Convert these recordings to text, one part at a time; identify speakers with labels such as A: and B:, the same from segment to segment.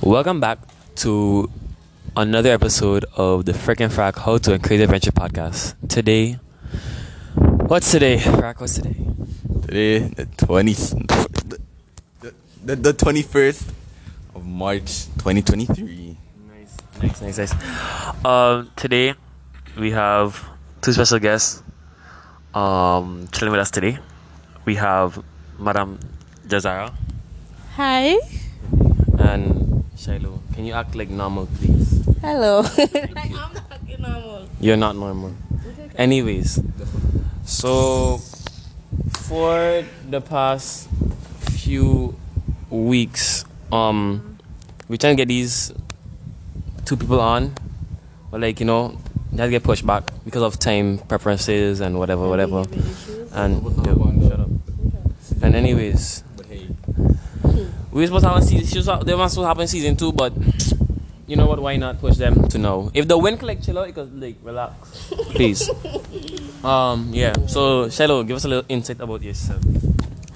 A: Welcome back to another episode of the Frickin' Frack How to and Creative Venture podcast. Today, what's today? Frack, what's today?
B: Today, the 20th, the, the, the 21st of March 2023.
A: Nice, nice, nice, nice. Um, today, we have two special guests um, chilling with us today. We have Madame Jazara
C: Hi.
A: and Shiloh. Can you act like normal, please?
C: Hello. I'm not normal.
A: You're not normal. Anyways, so for the past few weeks, um, we trying to get these two people on, but like you know, they had to get pushed back because of time preferences and whatever, whatever. And
B: Shut up.
A: and anyways,
B: But hey,
A: we were supposed to have a season. She was, they were supposed to happen season two, but you know what? Why not push them to now? If the wind collect, chill out. Because like relax, please. um, yeah. So Shiloh, give us a little insight about yourself.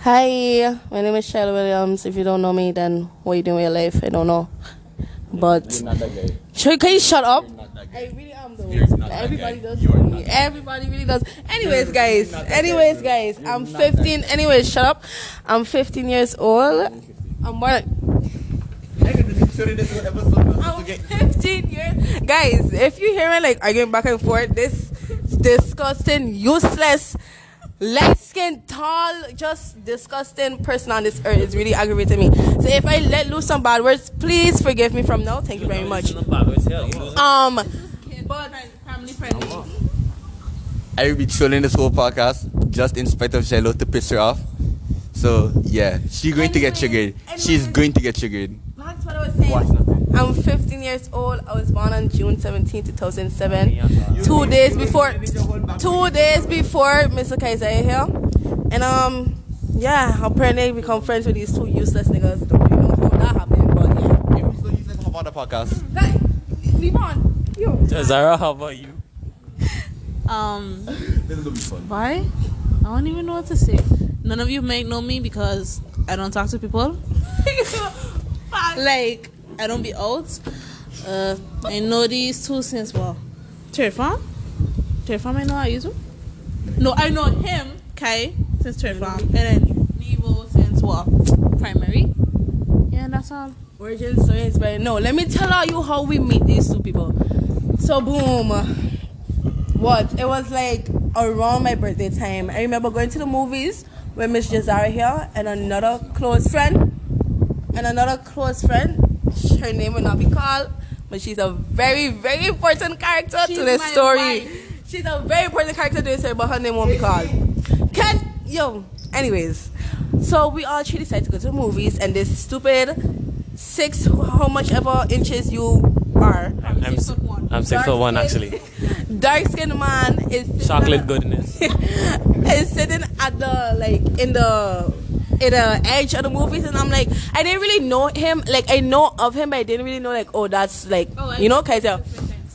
C: Hi. My name is Shell Williams. If you don't know me, then what you doing with your life? I don't know. But
B: not that guy.
C: Sh- can you shut up?
B: Not that
C: I really am though.
B: You're not that
C: Everybody
B: guy.
C: does
B: You are
C: know
B: not
C: me.
B: that guy.
C: Everybody really does. Anyways, guys. Anyways, guys. I'm 15. Anyways, shut up. I'm 15 years old. I'm born. I'm 15 years. Guys, if you hear me like arguing back and forth, this disgusting, useless, light skinned, tall, just disgusting person on this earth is really aggravating me. So if I let loose some bad words, please forgive me from now. Thank you very much. Um, but family friendly.
B: I will be trolling this whole podcast just in spite of Shiloh to piss her off. So, yeah, she's going to get
C: Anyway,
B: triggered. She's
C: anyway.
B: going to get triggered.
C: That's what I was saying. I'm 15 years old. I was born on June 17, 2007. Two days before, two days before Mr. Kaisei here, and um, yeah, apparently I become friends with these two useless niggas. Don't really know how that happened, but yeah.
B: If we still use that about the podcast,
C: Guy, leave on. Yo.
A: Zara, how about you?
D: Um,
B: this will be fun.
D: why? I don't even know what to say. None of you might know me because I don't talk to people. like, I don't be out. Uh, I know these two since well, third form. Third form, I know I use him. No, I know him, Kai, since third form, and then Nevo since well, primary. Yeah, and that's all.
C: Origin story is very no. Let me tell all you how we meet these two people. So boom, what? It was like around my birthday time. I remember going to the movies with Miss Jazara here and another close friend, and another close friend. Her name will not be called, but she's a very very important character
D: She's
C: to this
D: my
C: story.
D: wife.
C: She's a very important character to this story, but her name won't be called. Can yo? Anyways, so we all three decided to go to the movies, and this stupid six how much ever inches you are.
A: I'm, I'm,
D: six foot one.
A: I'm six foot one
C: Dark-skinned-
A: actually.
C: Dark skinned man is sitting
A: Chocolate
C: at-
A: goodness.
C: is sitting at the like in the in the edge of the movies and I'm like I didn't really know him like I know of him but I didn't really know like oh that's like
D: Oh, I
C: you know
D: see.
C: Kaiser.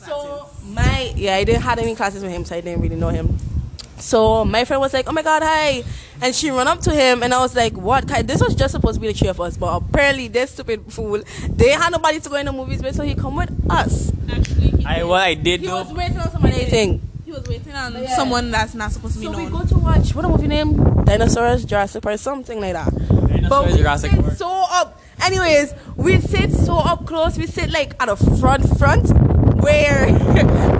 C: So my yeah I didn't had any classes with him so I didn't really know him. So my friend was like, "Oh my God, hi!" And she ran up to him, and I was like, "What? Kai- This was just supposed to be the three of us, but apparently this stupid fool, they had nobody to go in the movies with, so he come with us.
D: Actually, he,
A: I well I did
C: He was
A: know.
C: waiting on somebody. Thing.
D: he was waiting on
C: Oh, Yeah.
D: someone that's not supposed to be
C: So we
D: known.
C: go to watch what a movie name? Dinosaurs, Jurassic Park, something like that. but we
A: Jurassic
C: sit
A: Park.
C: so up. Anyways, we sit so up close. We sit like at the front, front, where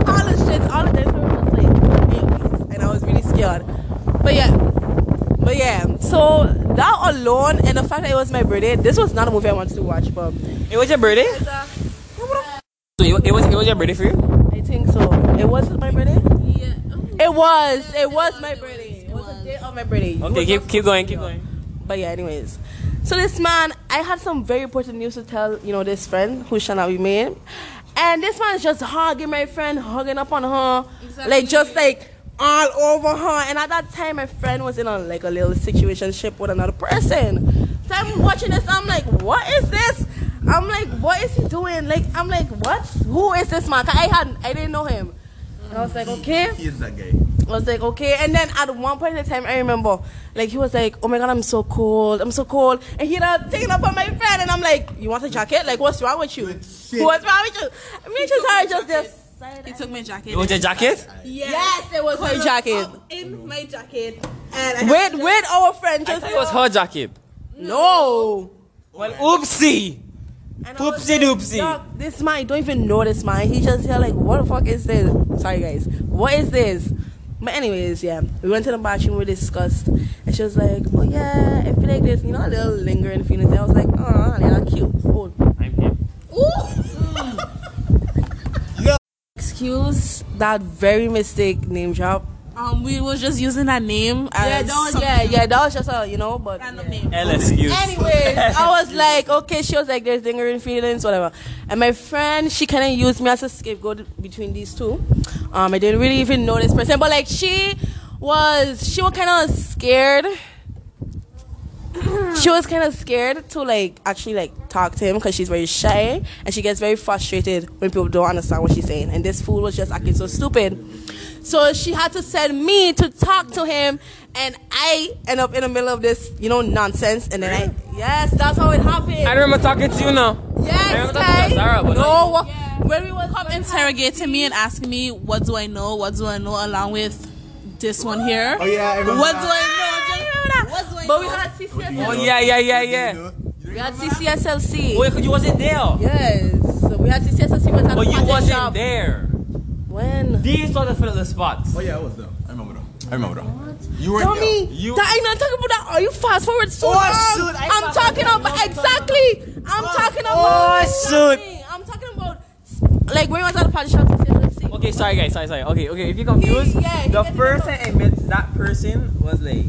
C: all the shit, all the dinosaurs was like babies, and I was really scared. But yeah, but yeah. So that alone, and the fact that it was my birthday, this was not a movie I wanted to watch, but
A: It was your birthday. So it, it was it was your birthday for you.
C: I think so. It was my birthday.
D: Yeah.
C: It was. It was my
D: it was,
C: birthday.
D: it
C: It was the
D: was.
C: day of my birthday.
A: Okay, keep keep going, keep going.
C: But yeah, anyways. So this man, I had some very important news to tell, you know, this friend who shall not be named. And this man is just hugging my friend, hugging up on her.
D: Exactly.
C: Like just like all over her. And at that time my friend was in a like a little situation ship with another person. So I'm watching this, I'm like, what is this? I'm like, what is he doing? Like, I'm like, what? Who is this man? 'Cause I had I didn't know him. And I was like, okay.
B: He is that guy.
C: I was like, okay. And then at one point in time, I remember, like, he was like, oh my God, I'm so cold. I'm so cold. And he done taking up on my friend. And I'm like, you want a jacket? Like, what's wrong with you? What's wrong with you? Me and Chizara just this.
D: He took my jacket.
A: You want your jacket?
C: Yes, it was my jacket.
D: In my jacket. And I had
C: With, with our friend.
A: I
C: Just
A: thought it was her jacket.
C: No.
A: Well, oopsie.
C: And I was
A: Poopsie
C: like,
A: doopsie.
C: "Dog, This man, don't even know this man. He just here like, what the fuck is this? Sorry guys, what is this? But anyways, yeah, we went to the bathroom. We discussed, and she was like, oh yeah, I feel like this, you know, a little lingering feelings. And I was like, oh, they're not cute. Oh,
A: I'm here.
C: excuse that very mistake name drop.
D: Um, we was just using that name.
C: Yeah,
D: As
C: that was,
D: something-
C: yeah, yeah, that was just a you know, but.
D: Random
C: yeah.
D: name.
A: LSU.
C: Anyways, I was like, okay, she was like, there's lingering feelings, whatever. And my friend, she kind of used me as a scapegoat between these two. Um, I didn't really even know this person, but like she was, she was kind of scared. She was kind of scared to like actually like talk to him because she's very shy and she gets very frustrated when people don't understand what she's saying. And this fool was just acting so stupid. So she had to send me to talk to him, and I end up in the middle of this, you know, nonsense. And then I, yes, that's how it happened.
A: I remember talking to you now.
C: yes,
A: I remember talking to
C: guys.
A: Zara, but
C: no, when we was
D: Come interrogating me and asking me what do I know, what do I know, along with this one here.
E: Oh, yeah, I remember
D: What
E: that.
D: do I know? Just- What do I
C: but we
D: know?
C: had
A: Oh
C: CCSLC.
A: yeah, yeah, yeah, yeah.
C: We had CCSLC.
A: Oh, yeah, 'cause you wasn't there.
C: Yes, so we had CCSLC. Was at
A: But
C: the
A: you
C: pattern
A: wasn't
C: shop.
A: there.
C: When?
A: These sort of fill the spots.
E: Oh yeah, I was there. I remember that. I remember that.
B: You weren't
C: Tommy,
B: there.
A: You-
C: that I'm not talking about that. Are you fast forward so
E: Oh,
C: long?
E: shoot, I
C: I'm
E: fast
C: talking
E: forward.
C: about exactly. I'm talking
E: Oh,
C: about. shoot. I'm talking about like when I was at the party shop. he said, let's see.
A: Okay, sorry guys, sorry, sorry. Okay, okay. If you're confused,
C: He- yeah, he
A: the
C: gets it
A: first
C: wrong.
A: time I met that person was like,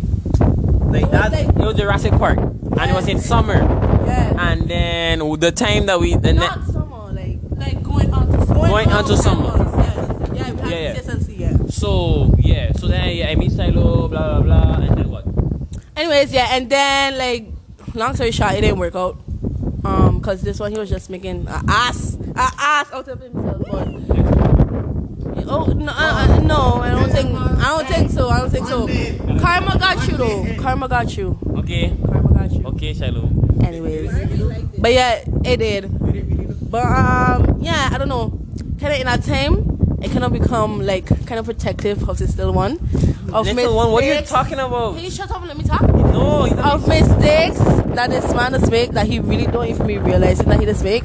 A: like
C: was
A: that.
C: like-
A: it was Jurassic Park, and it was in summer.
C: Yeah.
A: And then the time that we, the
C: Not
A: ne-
C: summer, like
D: Like going on to school.
A: Going
C: on
A: on to summer.
C: campus, Yeah, yeah, we had
A: Yeah, yeah.
C: CCSLC, yeah.
A: so yeah, so then yeah, I meet Silo, blah blah blah, and then what?
C: Anyways, yeah, and then like, long story short, it didn't work out. Um, cause this one he was just making a ass, a ass out of himself. But oh no, I, I, no, I don't think, I don't think so, I don't think so. Karma got you though. Karma got you.
A: Okay,
C: Karma got you.
A: okay, Shiloh.
C: Anyways, but yeah, it did. But um, yeah, I don't know. Kind of in that time, I kind of become like kind of protective of this little one. Of
A: Little one, what are you
C: mistakes.
A: talking about?
C: Can you shut up and let me talk?
A: No, you don't-
C: of mistakes that this man is make that he really don't even be realizing that he just make.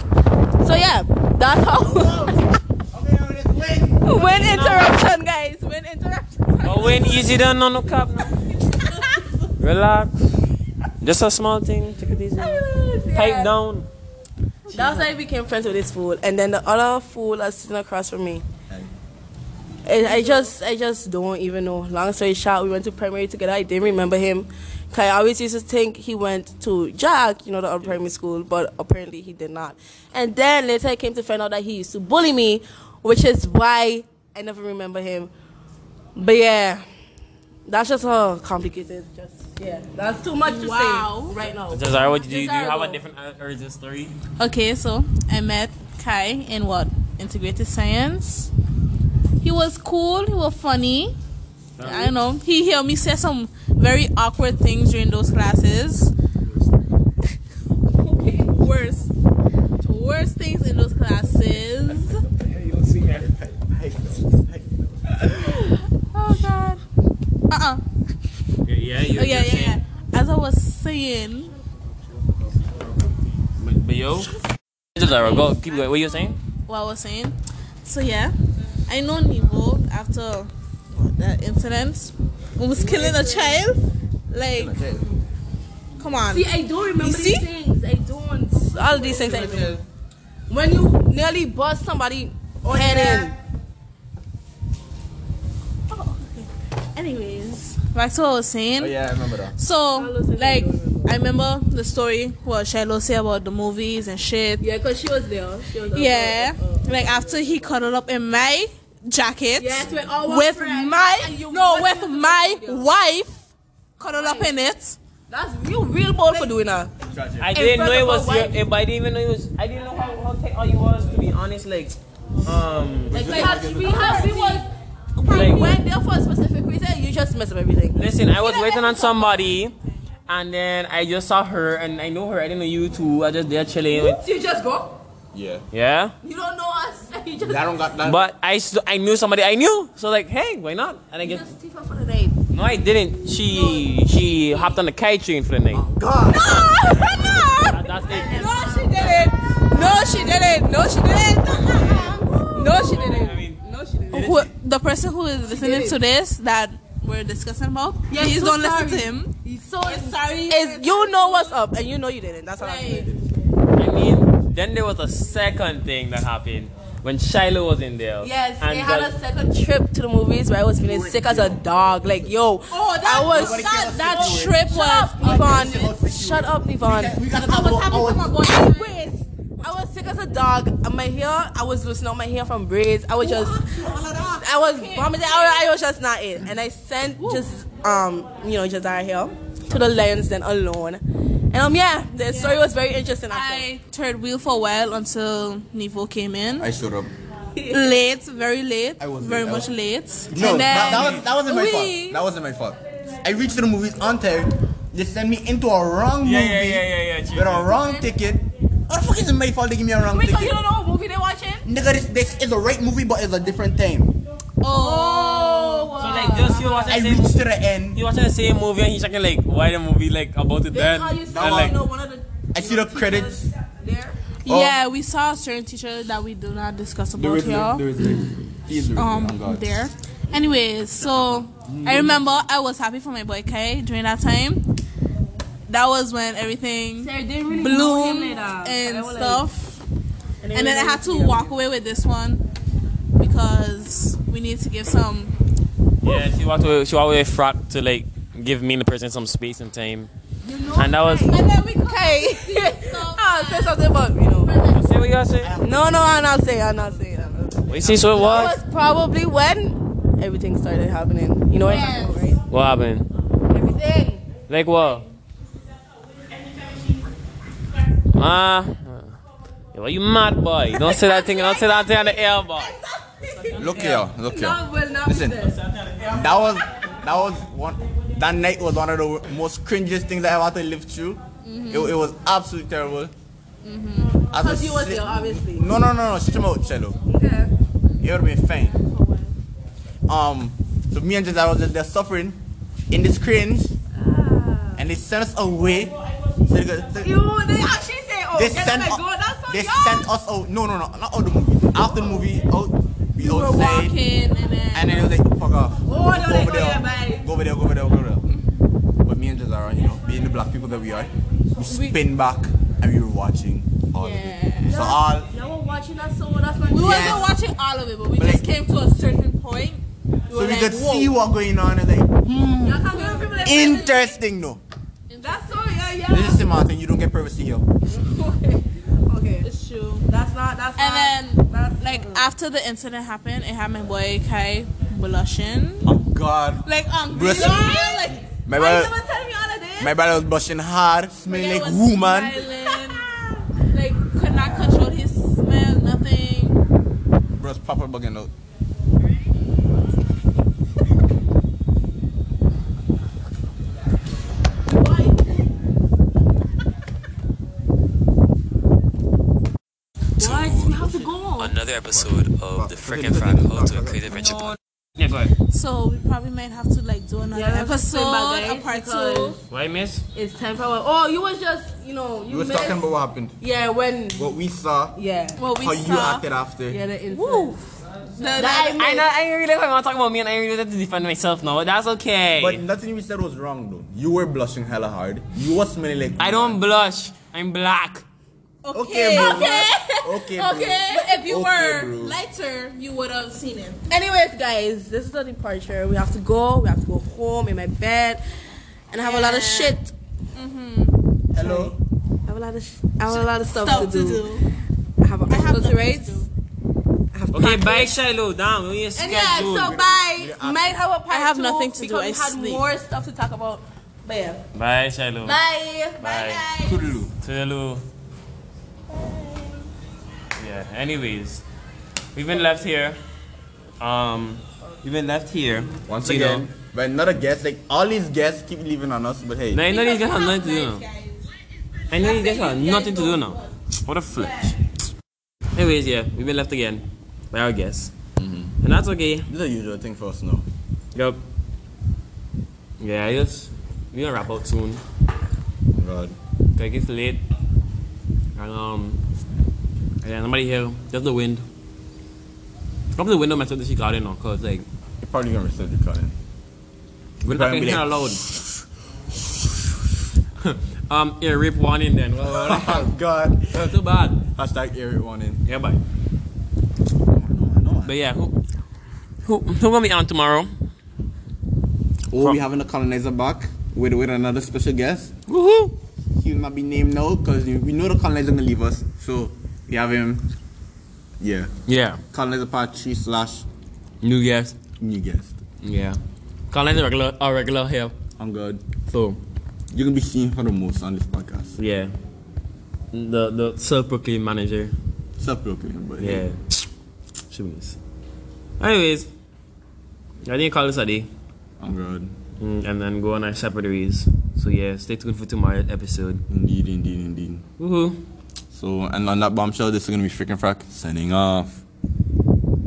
C: So yeah, that's how. when interruption, guys. When interruption.
A: Oh, when easy done, no no cap. No. Relax. Just a small thing. Take it easy. Pipe down.
C: That's how I became friends with this fool, and then the other fool that's sitting across from me. I, I just, I just don't even know. Long story short, we went to primary together. I didn't remember him. 'Cause I always used to think he went to Jack, you know, the other primary school, but apparently he did not. And then later I came to find out that he used to bully me, which is why I never remember him. But yeah, that's just how complicated. Just yeah, that's too much to
D: Wow.
C: say right now.
A: Desire, what do you do? You have a
C: Desirable.
A: different origin story?
D: Okay, so I met Kai in what? Integrated science. He was cool, he was funny. I don't know. He hear me say some very awkward things during those classes. Worse. Worst things in those classes. Oh god. Uh-uh.
A: Yeah, yeah, you, you're
D: Oh yeah, yeah, yeah.
A: saying-
D: As I was saying,
A: But, but yo, Desire, go keep going. What you saying?
D: what I was saying. So yeah, I know Nivo after what, that incident, who was killing a child. Like, come on.
C: See, I don't remember
D: You see?
C: these things. I don't. All these things. I don't. When you nearly bust somebody head
D: Oh, okay. Anyways, back to what I was saying.
B: Oh yeah, I remember that.
D: So
C: Shiloh said
D: like,
C: I don't remember.
D: I remember the story what Shiloh said about the movies and shit.
C: in. Yeah, because she was there. She was
D: Yeah, like after he cuddled up in my jacket
C: Yes, with all our
D: with
C: friends,
D: my
C: and you
D: no
C: watched
D: with
C: the
D: my
C: video.
D: wife cuddled up in it.
C: That's you real bold for doing that.
A: I didn't
C: front
A: know it
C: of
A: was
C: a
A: your.
C: white-
A: eh, but I didn't even know it was. I didn't know how how tech all you was. To be honest, like, um,
C: Like, we, had, we, had, we was
A: Like-
C: When they're for a specific reason, you just mess up everything.
A: Listen, I was waiting on somebody, and then I just saw her, and I know her. I didn't know you two. I just there chilling.
C: So you just go.
E: Yeah.
A: Yeah.
C: You don't know us. You just,
E: I don't got that.
A: But I, s- I knew somebody I knew, so like, hey, why not? And I
C: you
A: guess
C: just teeth up for the night.
A: no, I didn't. She she hopped on the kite train for the night.
C: Oh. no,
A: That- that's it.
C: no, she didn't. No, she didn't. No, she didn't. No, she
A: I
C: didn't.
A: mean,
C: No, she didn't.
D: Who, the person who is listening
C: did.
D: to this that we're discussing about,
C: Yeah,
D: please
C: he's so
D: don't listen to
C: sorry.
D: him.
C: He's so sorry. It's, you know what's up, and you know you didn't. That's all I'm saying.
A: I mean, then there was a second thing that happened when Shiloh was in there.
C: Yes,
A: and
C: they had
A: the-
C: a second trip to the movies where I was feeling sick as a dog. Like, yo,
D: Oh, that-
C: I was
D: nobody
C: that, that
D: us sick.
C: trip
D: Shut
C: was
D: up.
C: Yvonne. Shut up, Yvonne.
E: we got
D: I was happy for my boy.
C: Braids. I was sick as a dog. And My hair, I was losing out my hair from braids. I was just, I was vomiting. I, I was just not it. And I sent just, um, you know, just our hair to the lions then alone. And um, yeah, the story was very interesting. After.
D: I turned wheel for a while until Nivo came in.
E: I showed up.
D: late, very late,
E: I was
D: very
E: late. I
D: much
E: was-
D: late.
E: No, that,
D: And then-
E: that, was, that wasn't my
D: we-
E: fault. That wasn't my fault. I reached to the movies on time. They sent me into a wrong movie
A: Yeah, yeah, yeah, yeah, yeah,
E: with a
A: Jesus.
E: wrong ticket. What the fuck is it my fault they give me a wrong
C: Wait, so you
E: ticket?
C: don't know what movie they're watching?
E: Nigga, this, this is the right movie, but it's a different time.
D: Oh,
A: So like, just you watching
E: I
A: the same.
E: reached to the end.
A: You watching the same movie and he's checking like, why the movie like about it
C: They
A: then?
C: call you
A: And,
C: someone,
A: like,
C: you know, one of the.
E: I see the credits.
C: There.
E: Oh.
D: yeah, we saw a certain teacher that we do not discuss about here.
E: is Oh like, he is
D: um there. Anyways, so
E: Hmm.
D: I remember I was happy for my boy Kai during that time. That was when everything
C: Sarah didn't really know him
D: bloomed
C: later. I
D: and
C: was like-
D: stuff.
C: they
D: And then I
C: really
D: had to
C: didn't
D: walk away with this one because we need to give some
A: yeah, she walked away. She walked away frack to like give me and the person some space and time. and that was.
D: And then we okay.
C: I'll say something, but you know.
A: Say what you gotta say.
C: No, no, I'll not say. I'll not say. I'll not say.
A: Wait, see, so it
C: That
A: was.
C: was probably when everything started happening. You know what I'm talking about,
A: What happened?
C: right? Everything.
A: Like what? Ah. Yo, you mad boy? Don't say that thing. Don't say that thing on the air, boy.
E: Look here, look here.
C: Love will not
E: Listen,
C: be there.
E: that was that was one that night was one of the most cringiest things I ever had to live through.
D: Mm-hmm.
E: It, it was absolutely terrible. As a
C: Because you was
E: si-
C: there, obviously.
E: No, no, no, no. Shut your mouth, cello.
C: Yeah.
E: It would have been fine. Um, so me and Jazara was just there suffering in this cringe, and they sent us away. So they, got- they-
C: You, they actually say, oh,
E: they
C: get
E: sent
C: up and
E: u-
C: go. That's so
E: they
C: young.
E: sent us out. No, no, no, not out the movie. After the movie, out we
D: we were
E: outside.
D: walking and then
E: And then it was like, fuck off.
C: Oh, no,
E: go,
C: they
E: over
C: go there,
E: there,
C: bye.
E: go over there, go over there, go over there. But me and Jazara, you know, being the black people that we are, we spin back and we were watching all of it. So all,
C: Y'all were watching us, so that's when
D: we
C: we
D: wasn't
E: Yes.
D: watching all of it, but we
E: But
D: just
E: like-
D: came to a certain point.
E: so
D: were
E: we
D: like,
E: could
D: whoa.
E: see what going on and like,
C: Y'all can't give people that
E: interesting though.
C: That's so young,
E: This
C: yeah.
E: is the mountain, you don't get privacy here.
C: Okay. Okay.
D: It's true.
C: That's not, that's not.
D: And then,
C: that's-
D: like after the incident happened, it had my boy Kai blushing.
E: Oh God.
D: Like um,
E: Bruce-
D: you know, like
E: My
C: Why you
E: brother,
C: never tell me all of this?
E: my brother was blushing hard,
D: my
E: smelling
D: guy
E: like
D: was
E: woman.
D: smiling, like could not control his smell, nothing.
E: Bro's proper bugging out.
C: What? We have to go
F: another episode of the freaking frat how to create a friendship
A: Yeah, go ahead.
D: So we probably might have to like do another
C: Yeah, let's
D: episode,
C: explain back,
D: a
C: guys,
D: part two.
C: because-
A: Why, miss?
C: It's time for our. Oh, you was just, you know,
E: We
C: you
E: were
C: missed-
E: talking about what happened,
C: Yeah, when.
E: what we saw,
C: Yeah.
D: What we
E: how
D: saw.
E: you acted after.
C: Yeah, the incident.
D: Woo. The-
C: That
D: the-
C: I
A: I
C: missed.
A: know. I didn't really want to talk about me, and I really wanted to defend myself. No, that's okay.
E: But nothing we said was wrong though. You were blushing hella hard. You were smelling like.
A: I don't blush. I'm black.
E: Okay,
D: okay.
E: bro.
D: Okay.
E: Okay, bro.
D: Okay. But if you
E: Okay,
D: were
E: bro.
D: lighter, you would have seen it.
C: Anyways, guys, this is the departure. We have to go. We have to go home in my bed, and I have a lot of
D: Yeah.
C: shit.
E: Hello.
C: I have a lot of. Sh- I have a lot of stuff,
D: Stuff
C: to, do. I have. I have
D: nothing
C: to
D: to
C: rates.
D: do.
C: I have.
A: Okay,
C: practice.
A: bye, Shiloh. Down. We ain't
C: And yeah,
A: scheduled.
C: so bye.
E: we're
C: Might have a part
D: I have
C: two
D: nothing to do.
C: because We
D: I
C: had
D: sleep.
C: more stuff to talk about. But yeah.
A: Bye, Shiloh.
C: Bye.
A: Bye.
C: Bye. guys.
E: Toodaloo.
A: Toodaloo. Yeah. Anyways, we've been left here. Um,
G: You've been left here.
H: Once
G: You
H: again,
G: know.
H: but another guest. Like all these guests keep leaving on us, but hey,
A: Now you know these guys have nothing to do now. I know these guys have nothing to do now. What a flesh. Anyways, yeah, we've been left again by our guests, and that's okay.
H: this is a usual thing for us now.
A: Yup. Yeah, I just we gonna wrap up soon.
H: God,
A: Cause it's late, and um, yeah, nobody here. Just the wind. Probably the window messed up the cloud in now, cause like
H: you're probably gonna receive the calling.
A: we're not
H: Probably
A: gonna
H: be
A: hear
H: like-
A: loud. um, yeah, rip warning then. Well, well,
H: Oh God.
A: well, too bad.
H: Hashtag air it one in.
A: Yeah, bye. But yeah, who who who gonna be on tomorrow?
E: Oh, we having a colonizer back with with another special guest.
A: Woohoo!
E: He will not be named now because we know the colonizer gonna leave us. So we have him. Yeah,
A: Yeah,
E: colonizer part three slash
A: new guest.
E: new guest.
A: Yeah, Colin's a regular a regular here.
E: I'm good.
A: So
E: You're gonna be seeing her the most on this podcast.
A: yeah, the the self-proclaimed manager.
E: Self proclaimed, but
A: Yeah, she miss. Hmm. Anyways, I think call this a day,
E: I'm good.
A: Mm, and then go on our separate ways. So yeah, stay tuned for tomorrow's episode.
E: Indeed, indeed, indeed.
A: Woohoo!
E: So, and on that bombshell, this is gonna be freaking frack signing off.